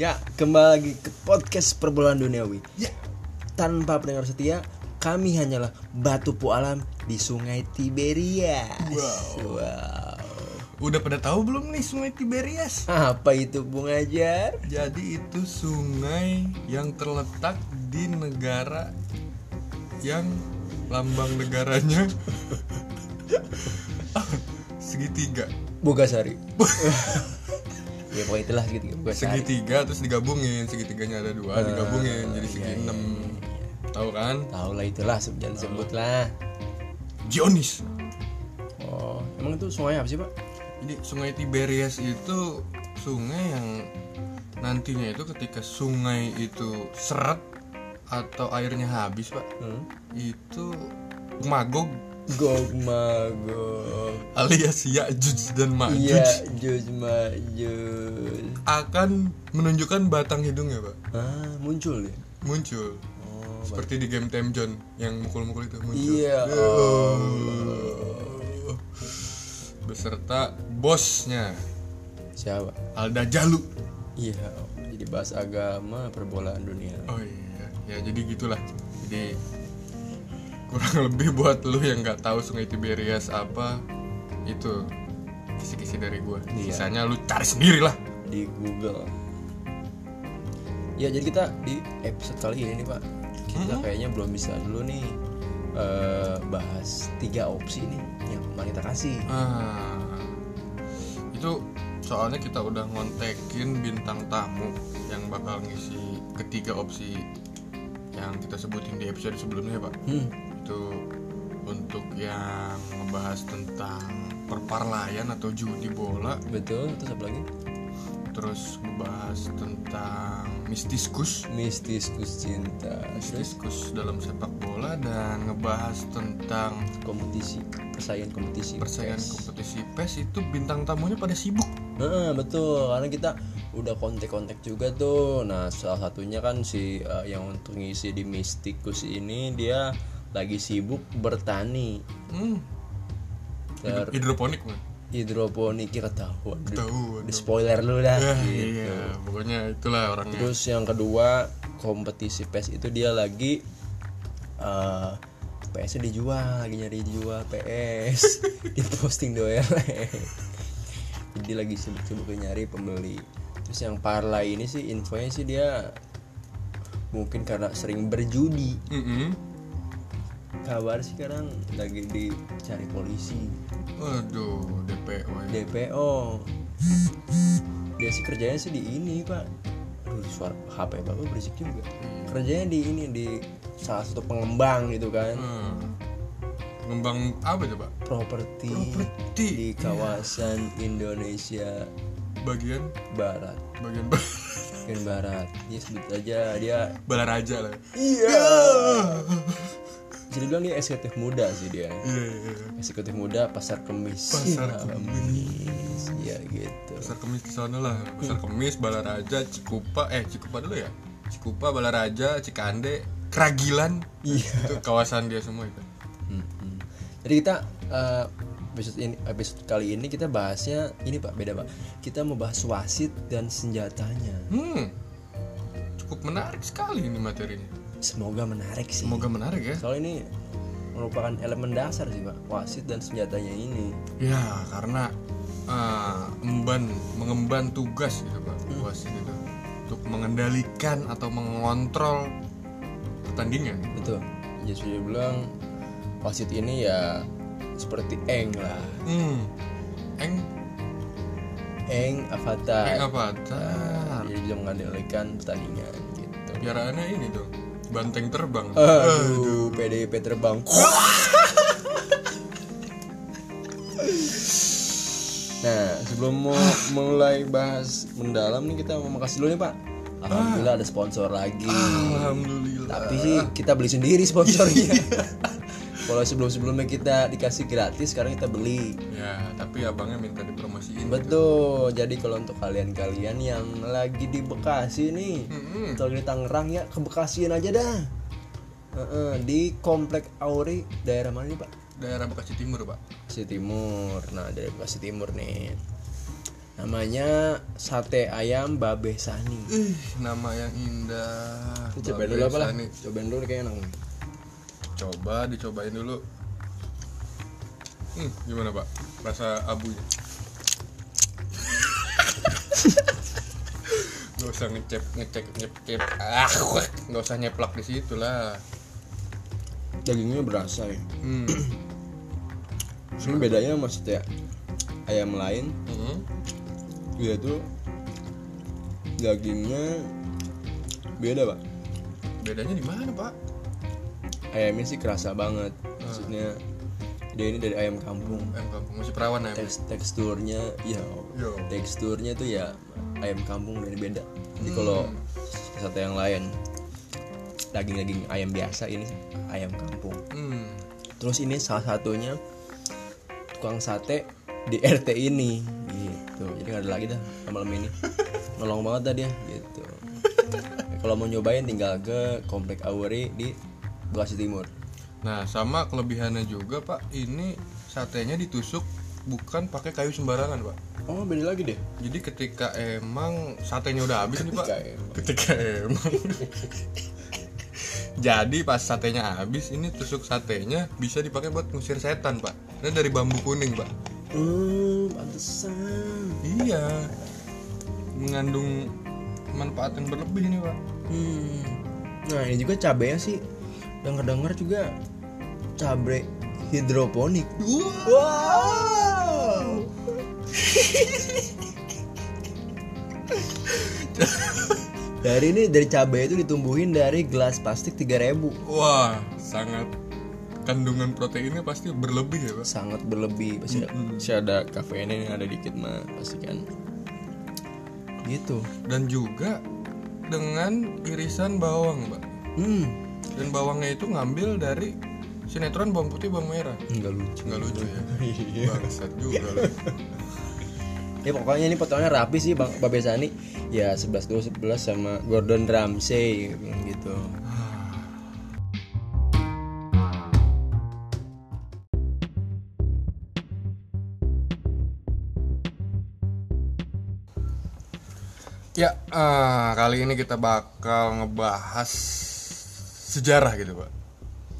Ya, kembali lagi ke podcast perbolaan duniawi. Ya. Tanpa pendengar setia, kami hanyalah batu pualam di Sungai Tiberias. Wow. Wow. Udah pada tahu belum nih Sungai Tiberias? Apa itu Bung Ajar? Jadi itu sungai yang terletak di negara yang lambang negaranya Ah, segitiga. Bogasari. ya pokoknya itulah gitu Bogasari. Segitiga terus digabungin, segitiganya ada dua, digabungin jadi segi enam. Tahu kan? Tahu lah itulah jangan sebut lah. Jonis. Oh, emang itu sungai apa sih, Pak? Jadi Sungai Tiberias itu sungai yang nantinya itu ketika sungai itu seret atau airnya habis, Pak. Hmm? itu Magog Gog magog. alias Ya'juj dan Ma'juj Iya, juz majuz. akan menunjukkan batang hidungnya pak Ah, muncul ya? muncul Oh, seperti di game Time John yang mukul-mukul itu muncul Iya. Oh. Duh. beserta bosnya siapa? Alda Jalu Iya, jadi bahas agama perbolaan dunia. oh iya ya jadi gitulah jadi kurang lebih buat lu yang nggak tahu Sungai Tiberias apa itu kisi-kisi dari gua Iya. sisanya lu cari sendiri lah di Google. Ya, jadi kita di episode kali ini nih, Pak. Kita kayaknya belum bisa dulu nih eh, bahas tiga opsi nih yang kemarin kita kasih. Ah, itu soalnya kita udah ngontekin bintang tamu yang bakal ngisi ketiga opsi yang kita sebutin di episode sebelumnya pak Hmm. itu untuk yang ngebahas tentang perparlayan atau judi bola Betul, terus apa lagi? terus ngebahas tentang mistiskus Mistiskus cinta, terus mistiskus dalam sepak bola dan ngebahas tentang kompetisi, persaingan kompetisi. persaingan PES. kompetisi PES itu bintang tamunya pada sibuk Heeh, betul, karena kita udah kontak-kontak juga tuh. Nah, salah satunya kan si eh, yang untuk ngisi di Mistikus ini dia lagi sibuk bertani hmm. Ter- hidroponik man. hidroponik ya ketahuan. Di- Ketahuan Di spoiler dulu dah. Ah, iya, pokoknya itulah orangnya. Terus yang kedua, kompetisi PES itu dia lagi eh PS dijual, lagi nyari jual PS di posting doer. Jadi lagi sibuk-sibuknya nyari pembeli. Terus yang Parla ini sih infonya sih dia mungkin karena sering berjudi. Mm-mm. Kabar sih sekarang lagi dicari polisi, Waduh, DPO ya. DPO. Dia sih kerjanya sih di ini, Pak. Aduh, suara HP Bapak berisik juga. kerjanya di ini di salah satu pengembang gitu kan Hmm. Ngembang apa coba? properti Properti. di kawasan Indonesia Bagian Barat bagian bagian Barat dia sebut aja dia balaraja lah. iya jadi bilang dia eksekutif muda sih dia Iya, iya, iya. eksekutif muda pasar kemis Pasar Iya, iya gitu Pasar Kemis di sana lah. Pasar Kemis, Balaraja, Cikupa, eh Cikupa dulu ya. Cikupa, Balaraja, Cikande, Keragilan. iya Itu kawasan dia semua itu. Mm-mm. Hmm. jadi kita eh, episode ini episode kali ini kita bahasnya ini pak beda pak kita mau bahas wasit dan senjatanya Hmm. Cukup menarik sekali ini materinya. semoga menarik sih Semoga menarik ya. Soalnya ini merupakan elemen dasar sih pak wasit dan senjatanya ini Ya karena eh, emban mengemban tugas gitu pak wasit itu untuk mengendalikan atau mengontrol pertandingan. betul jadi sudah bilang wasit ini ya seperti eng lah Hmm. Eng, eng eng avatar apa? Tar. jadi bisa mengendalikan pertandingan gitu Piaraannya ini tuh banteng terbang. aduh PDIP terbang Nah, sebelum mau mulai bahas mendalam nih kita mau makasih dulu nih Pak. Alhamdulillah ada sponsor lagi. Alhamdulillah. Tapi sih kita beli sendiri sponsornya. Kalau sebelum-sebelumnya kita dikasih gratis, sekarang kita beli. Ya tapi abangnya minta dipromosiin. Betul. Jadi kalau untuk kalian-kalian yang lagi di Bekasi nih, Mm-mm. atau di Tangerang ya ke Bekasiin aja dah. Heeh, di Komplek Auri daerah mana nih Pak? Daerah Bekasi Timur pak. Bekasi Timur. Nah dari Bekasi Timur nih. namanya sate ayam babe sani Ih, nama yang indah. Ini cobain Babe dulu apa lah Sani. cobain dulu kayak enak nih. Coba dicobain dulu. Hmm, gimana, Pak? Rasa abunya. Gak usah ngecep, ngecek, ngecep. Ah, wah. gak usah nyeplak di situ lah. dagingnya berasa ya Hmm. cuma bedanya sama sate ayam lain Hmm. dia tuh dagingnya beda pak Bedanya di mana, Pak? ayamnya sih kerasa banget maksudnya dia ini dari ayam kampung Ayam kampung masih perawan ya, ayam. Teks- teksturnya ya Yo. teksturnya tuh ya ayam kampung dari beda jadi kalau sate yang lain daging-daging ayam biasa ini ayam kampung Hmm. terus ini salah satunya tukang sate di RT ini gitu jadi nggak ada lagi dah malam ini nolong banget dah dia gitu kalau mau nyobain tinggal ke komplek Auri di Bekasi Timur Nah, sama kelebihannya juga, Pak. Ini satenya ditusuk bukan pakai kayu sembarangan, Pak. oh beda lagi deh Jadi ketika emang satenya udah habis nih, Pak. Ketika emang. Ketika emang. Jadi pas satenya habis, ini tusuk satenya bisa dipakai buat ngusir setan, Pak. Ini dari bambu kuning, Pak. hmm pantesan Iya. Mengandung manfaat yang berlebih nih, Pak. Hmm. Nah ini juga cabenya sih denger-dengar juga cabe hidroponik. Wow. dari ini dari cabe itu ditumbuhin dari gelas plastik 3000 Wah, sangat kandungan proteinnya pasti berlebih ya, Pak. sangat berlebih pasti ada, pasti Hmm. ada kafeinnya yang ada dikit mah pasti kan gitu dan juga dengan irisan bawang mbak hmm dan bawangnya itu ngambil dari sinetron bawang putih bawang merah nggak lucu nggak lucu ya bangsat juga lu. Ya pokoknya ini potongannya rapi sih Bang Babe Sani. Ya 11 2 11 sama Gordon Ramsay gitu. ya eh, kali ini kita bakal ngebahas sejarah gitu pak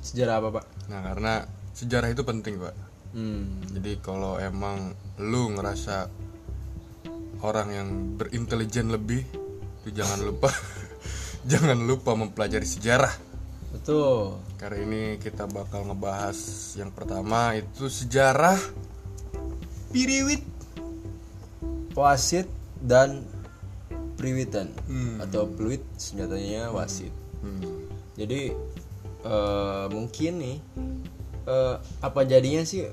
Sejarah apa, Pak? nah karena sejarah itu penting pak Hmm. jadi kalau emang lu ngerasa orang yang berintelijen lebih itu jangan lupa jangan lupa mempelajari sejarah Betul. Kali ini kita bakal ngebahas yang pertama itu sejarah Piriwit. Wasit dan Priwitan Hmm. atau Pluit senjatanya wasit. Hmm. Jadi eh, mungkin nih eh, apa jadinya sih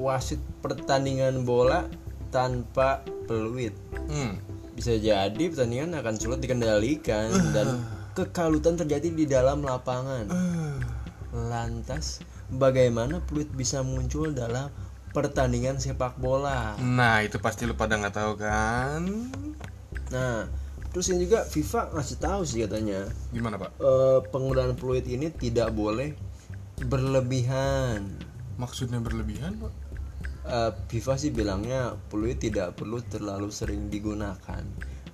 wasit pertandingan bola tanpa peluit? Hmm. Bisa jadi pertandingan akan sulit dikendalikan dan kekalutan terjadi di dalam lapangan. Lantas, bagaimana peluit bisa muncul dalam pertandingan sepak bola? Nah itu pasti lu pada nggak tahu kan? Nah, terus ini juga FIFA ngasih tahu sih katanya Gimana pak? eh, penggunaan peluit ini tidak boleh berlebihan. Maksudnya berlebihan pak? Eh, FIFA sih bilangnya peluit tidak perlu terlalu sering digunakan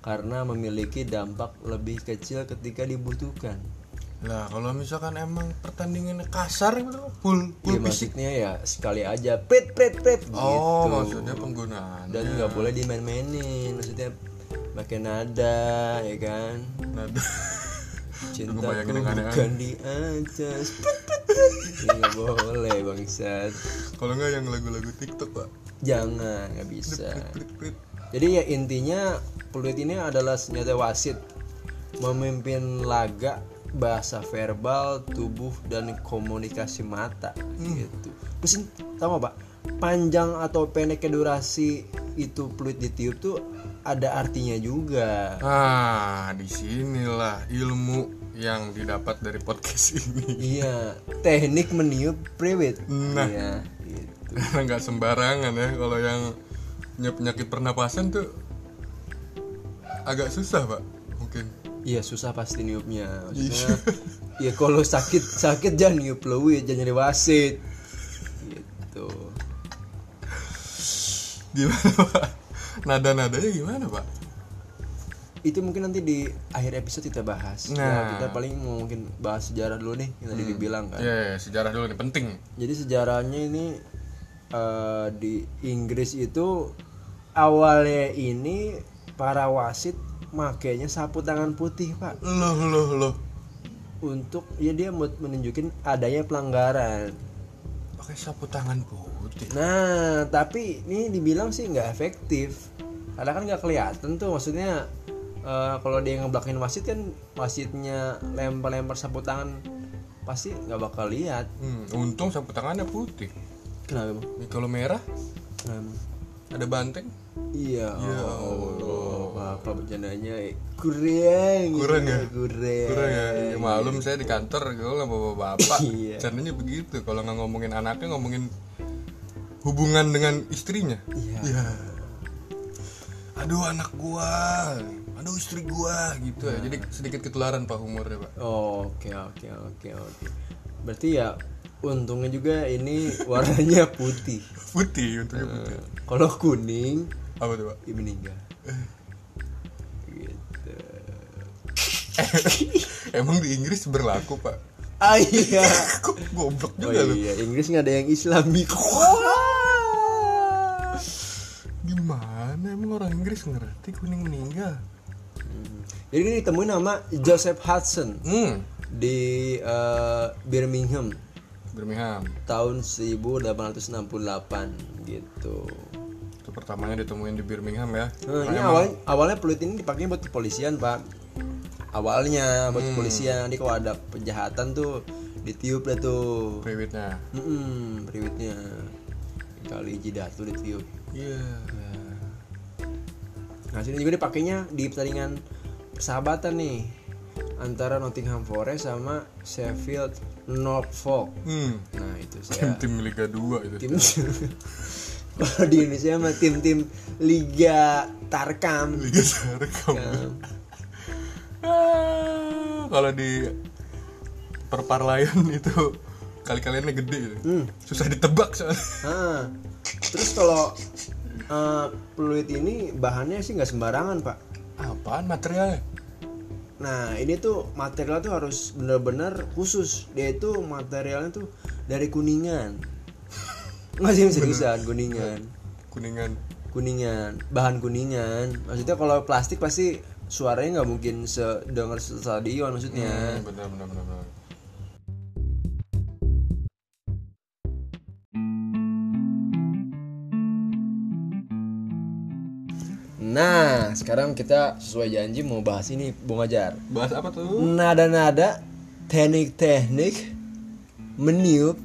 karena memiliki dampak lebih kecil ketika dibutuhkan. Lah kalau misalkan emang pertandingannya kasar gitu Pak? full full Ya, maksudnya ya sekali aja prit prit prit Oh gitu. maksudnya Iya. penggunaan. Dan nggak boleh dimain-mainin, maksudnya pakai nada ya kan. Nada. Lu Cinta ngebayangin yang aneh-aneh. bukan di atas. Prit, prit, prit. Ya, nggak boleh bangsat. Kalau nggak yang lagu-lagu TikTok pak? Jangan, nggak bisa. Prit, prit. Jadi ya intinya peluit ini adalah senjata wasit memimpin laga bahasa verbal, tubuh dan komunikasi mata gitu. Terus ini, tau nggak, Pak, panjang atau pendeknya durasi itu peluit ditiup tuh ada artinya juga. Ah disinilah ilmu yang didapat dari podcast ini. Iya, teknik meniup peluit. Nah. Iya, gitu. Karena nggak sembarangan ya kalau yang punya penyakit pernapasan tuh agak susah pak mungkin Iya susah pasti niupnya. Maksudnya, ya kalau sakit sakit jangan niup peluit, jangan jadi wasit. Gitu. gimana pak nada nadanya gimana pak itu mungkin nanti di akhir episode kita bahas Nah. ya, kita paling mau mungkin bahas sejarah dulu nih yang tadi dibilang kan ya sejarah dulu nih penting jadi sejarahnya ini eh, di Inggris itu awalnya ini para wasit makainya sapu tangan putih pak loh loh loh untuk ya dia mau menunjukin adanya pelanggaran pakai sapu tangan putih Nah, tapi ini dibilang sih nggak efektif. Karena kan nggak kelihatan tuh, maksudnya eh, kalau dia ngeblakin wasit kan wasitnya lempar-lempar sapu tangan pasti nggak bakal lihat. Hmm, untung sapu tangannya putih Kenapa? Bang? Ini kalau merah Kenapa? ada banteng Kan? Iya. Ya Allah, apa bercandanya? eh, Kurang. gitu Kurang ya? Kurang. kurang ya, ya malum saya di kantor kalau sama bapak-bapak Iya. caranya begitu kalau nggak ngomongin anaknya ngomongin hubungan dengan istrinya Iya. Iya. aduh anak gua aduh istri gua gitu ya jadi sedikit ketularan pak humornya pak Oh, Oke, oke, oke, oke. Berarti ya untungnya juga ini warnanya putih. putih untungnya putih Kalau kuning Iya. apa tuh pak ya meninggal gitu emang di Inggris berlaku pak ah iya kok goblok oh juga lu iya Inggris nggak ada yang Islami gimana emang orang Inggris ngerti kuning meninggal jadi ini ditemuin nama Joseph Hudson hmm di eh, Birmingham Birmingham tahun 1868 gitu itu pertamanya ditemuin di Birmingham ya Nah, ini Emang- awal, awalnya peluit ini dipakai buat kepolisian pak awalnya Hmm. buat kepolisian nanti kalau ada penjahatan tuh ditiup dah tuh Priwitnya Mm-mm, periwitnya kali jidatu ditiup. Iya. Nah sini juga dipakainya di pertandingan persahabatan nih antara Nottingham Forest sama Sheffield Norfolk. Hmm. Nah itu saya Tim-tim Liga 2 itu. tim kalau di Indonesia mah tim-tim Liga Tarkam. Liga Sarekam. Nah, Ah, Kalau di perparlayan itu kali-kaliannya gede gitu. Susah ditebak soalnya. ah. Terus kalau eh, peluit ini bahannya sih nggak sembarangan pak. Apaan materialnya? Nah ini tuh material tuh harus bener-bener khusus Dia itu materialnya tuh dari kuningan Nggak sih seriusan kuningan Kuningan. Kuningan, bahan kuningan Maksudnya kalau plastik pasti suaranya nggak mungkin sedengar stadion maksudnya Hmm, benar benar benar. benar. Nah sekarang kita sesuai janji mau bahas ini Bung Ajar Bahas apa tuh? Nada-nada, teknik-teknik, meniup,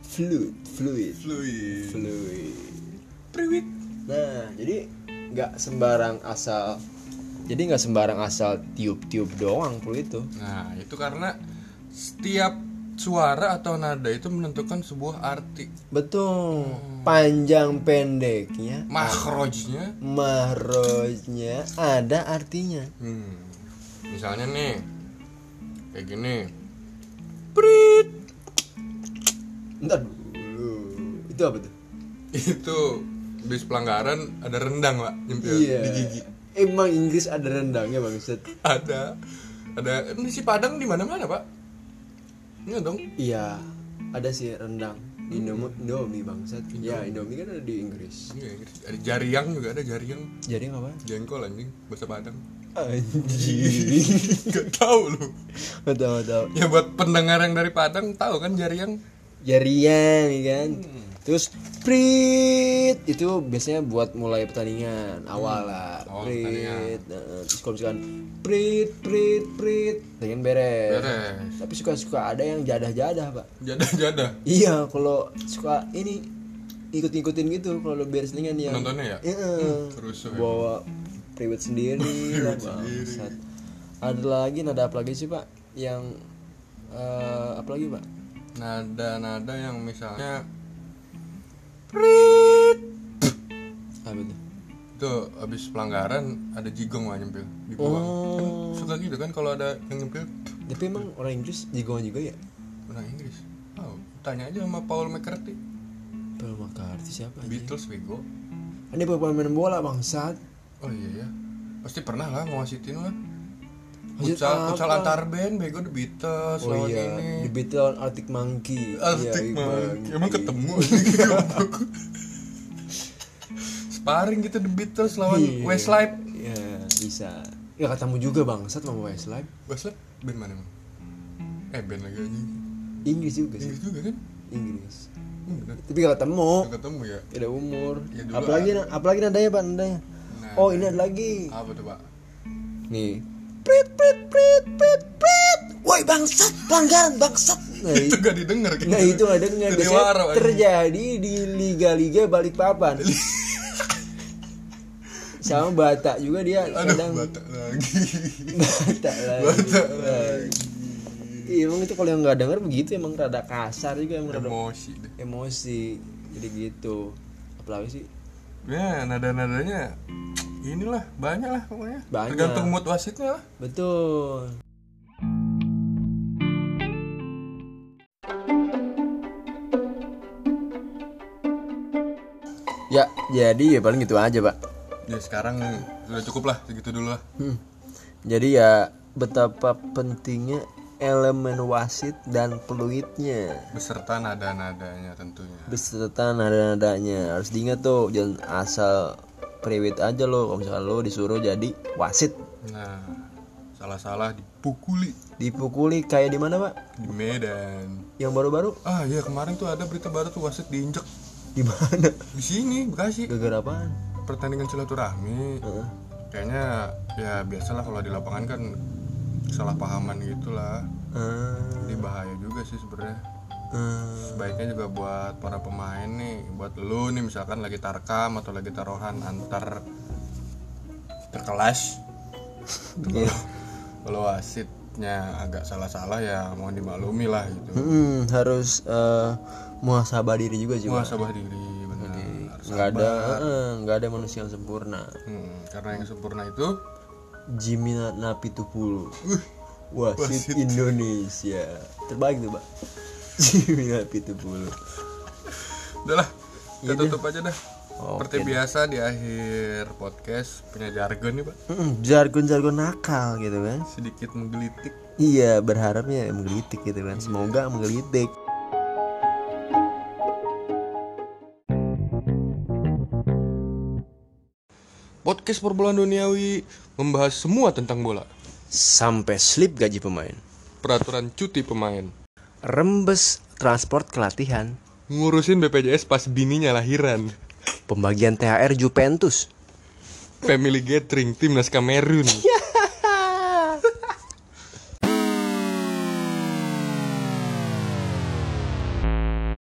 fluid, fluid, Fluid. fluid Priwit. Nah, jadi nggak sembarang asal jadi nggak sembarang asal tiup-tiup doang peluit itu. Nah, itu karena setiap suara atau nada itu menentukan sebuah arti. Betul. Hmm. Panjang pendeknya, Makrojnya mahrojnya ada artinya. Hmm. Misalnya nih kayak gini. Prit. Ntar dulu. Itu apa tuh? Itu bis pelanggaran ada rendang, Pak, nyempil di gigi. Iya. Emang Inggris ada rendangnya Bang Ustaz? Ada ada ini si Padang di mana-mana, Pak. Iya dong. Iya, ada sih rendang. Di Indomi, Indomie Bang Ustaz. Ya, Indomie kan ada di Inggris. Iya, ada jariang juga ada jariang Jadi apa? jengkol anjing bahasa Padang. Anjing. Gak tahu lu. Gak tau, gak tau. Ya buat pendengar yang dari Padang tahu kan jariang. jarian ya kan Hmm. terus prit itu biasanya buat mulai pertandingan awal lah Oh, prit Nah, terus kalau misalkan prit prit prit dengan beres. Beres. tapi suka suka ada yang jadah jadah pak Jadah-jadah. iya kalau suka ini ikut ngikutin gitu kalau beres dengan yang Nontonnya ya? Iya. Rusuh. ya. bawa priwet sendiri lah bangsat ada lagi nada apa lagi sih pak yang eh, apa lagi pak Nada-nada yang misalnya prit apa itu itu abis pelanggaran ada jigong lah nyempil di Oh. bawah kan suka gitu kan kalau ada yang nyempil Tapi emang orang Inggris jagoan juga ya? orang Inggris oh, tanya aja sama Paul McCartney Paul McCartney siapa? aja? Beatles bego Ini bukan main bola bangsat. Oh iya ya. Pasti pernah lah ngewasitin lah. Wasit Futsal, futsal apa? antar band, bego The Beatles, Oh lawan iya, ini. di Beatles lawan Arctic Monkey. Arctic Iya, Monkey. Emang ketemu. gitu. Sparring gitu The Beatles lawan Iya. Westlife. Iya, bisa. Ya ketemu juga bangsat sama Westlife. Westlife band mana emang? Eh band lagi aja. Inggris juga sih, Inggris juga kan? Inggris. Hmm, bener. Tapi gak ketemu, Nggak ketemu ya. ada umur. Ya, dua. apalagi apalagi nadanya, Pak, nadanya. Nah, Oh, ini ada lagi. apa tuh pak? Nih. Prit prit prit prit prit. Woi bangsat, pelanggaran bangsat. Nah, i- Itu gak didengar gitu. nah itu ada dengan Itu biasanya diwaro, anjing. terjadi di liga-liga Balikpapan. Sama Batak juga dia Aduh, kadang batak lagi. Batak lagi. Batak Nah, lagi. iya, emang itu kalau yang nggak denger begitu emang rada kasar juga emang rada Emosi deh. emosi. Jadi gitu. Apalagi sih Ya, nada-nadanya inilah banyak lah pokoknya. Banyak. Tergantung mood wasitnya lah. Betul. Ya, jadi ya paling gitu aja, Pak. Ya sekarang udah cukup lah segitu dulu lah. Hmm. Jadi ya betapa pentingnya elemen wasit dan peluitnya Beserta nada-nadanya tentunya. beserta nada-nadanya harus diingat tuh jangan asal priwit aja lo kalau misalkan lo disuruh jadi wasit Nah, salah-salah dipukuli dipukuli kayak di mana pak di Medan. yang baru-baru Ah ya kemarin tuh ada berita baru tuh wasit diinjek di mana di sini Bekasi gara-gara apaan pertandingan silaturahmi. Heeh. Kayaknya ya biasalah kalau di lapangan kan kesalahpahaman gitulah. Ah. Jadi bahaya juga sih sebenarnya. Eh, Sebaiknya juga buat para pemain nih, buat lu nih misalkan lagi tarkam atau lagi taruhan antar terkelas. Gitu Iya. Kalau kalau wasitnya agak salah-salah ya mohon dimaklumi lah gitu. mm, harus eh, muhasabah diri juga sih. Pak. Muhasabah diri benar. Harus Nggak ada, sabar. eh, nggak ada manusia yang sempurna. Hmm, karena yang sempurna itu Jimmy Napitupulu, uh, wasit, wasit. Indonesia. Terbaik tuh, Pak. Jimmy Napitupulu. udahlah. Kita tutup aja dah. Oke Seperti biasa di akhir podcast punya jargon nih, Pak. Mm, Jargon-jargon nakal gitu kan. Sedikit menggelitik. Iya, berharapnya menggelitik gitu kan. Semoga menggelitik. Podcast perbolaan duniawi membahas semua tentang bola. Sampai slip gaji pemain. peraturan cuti pemain, Rembes transport kelatihan. ngurusin BPJS pas bininya lahiran, Pembagian THR Juventus. family gathering timnas Kamerun.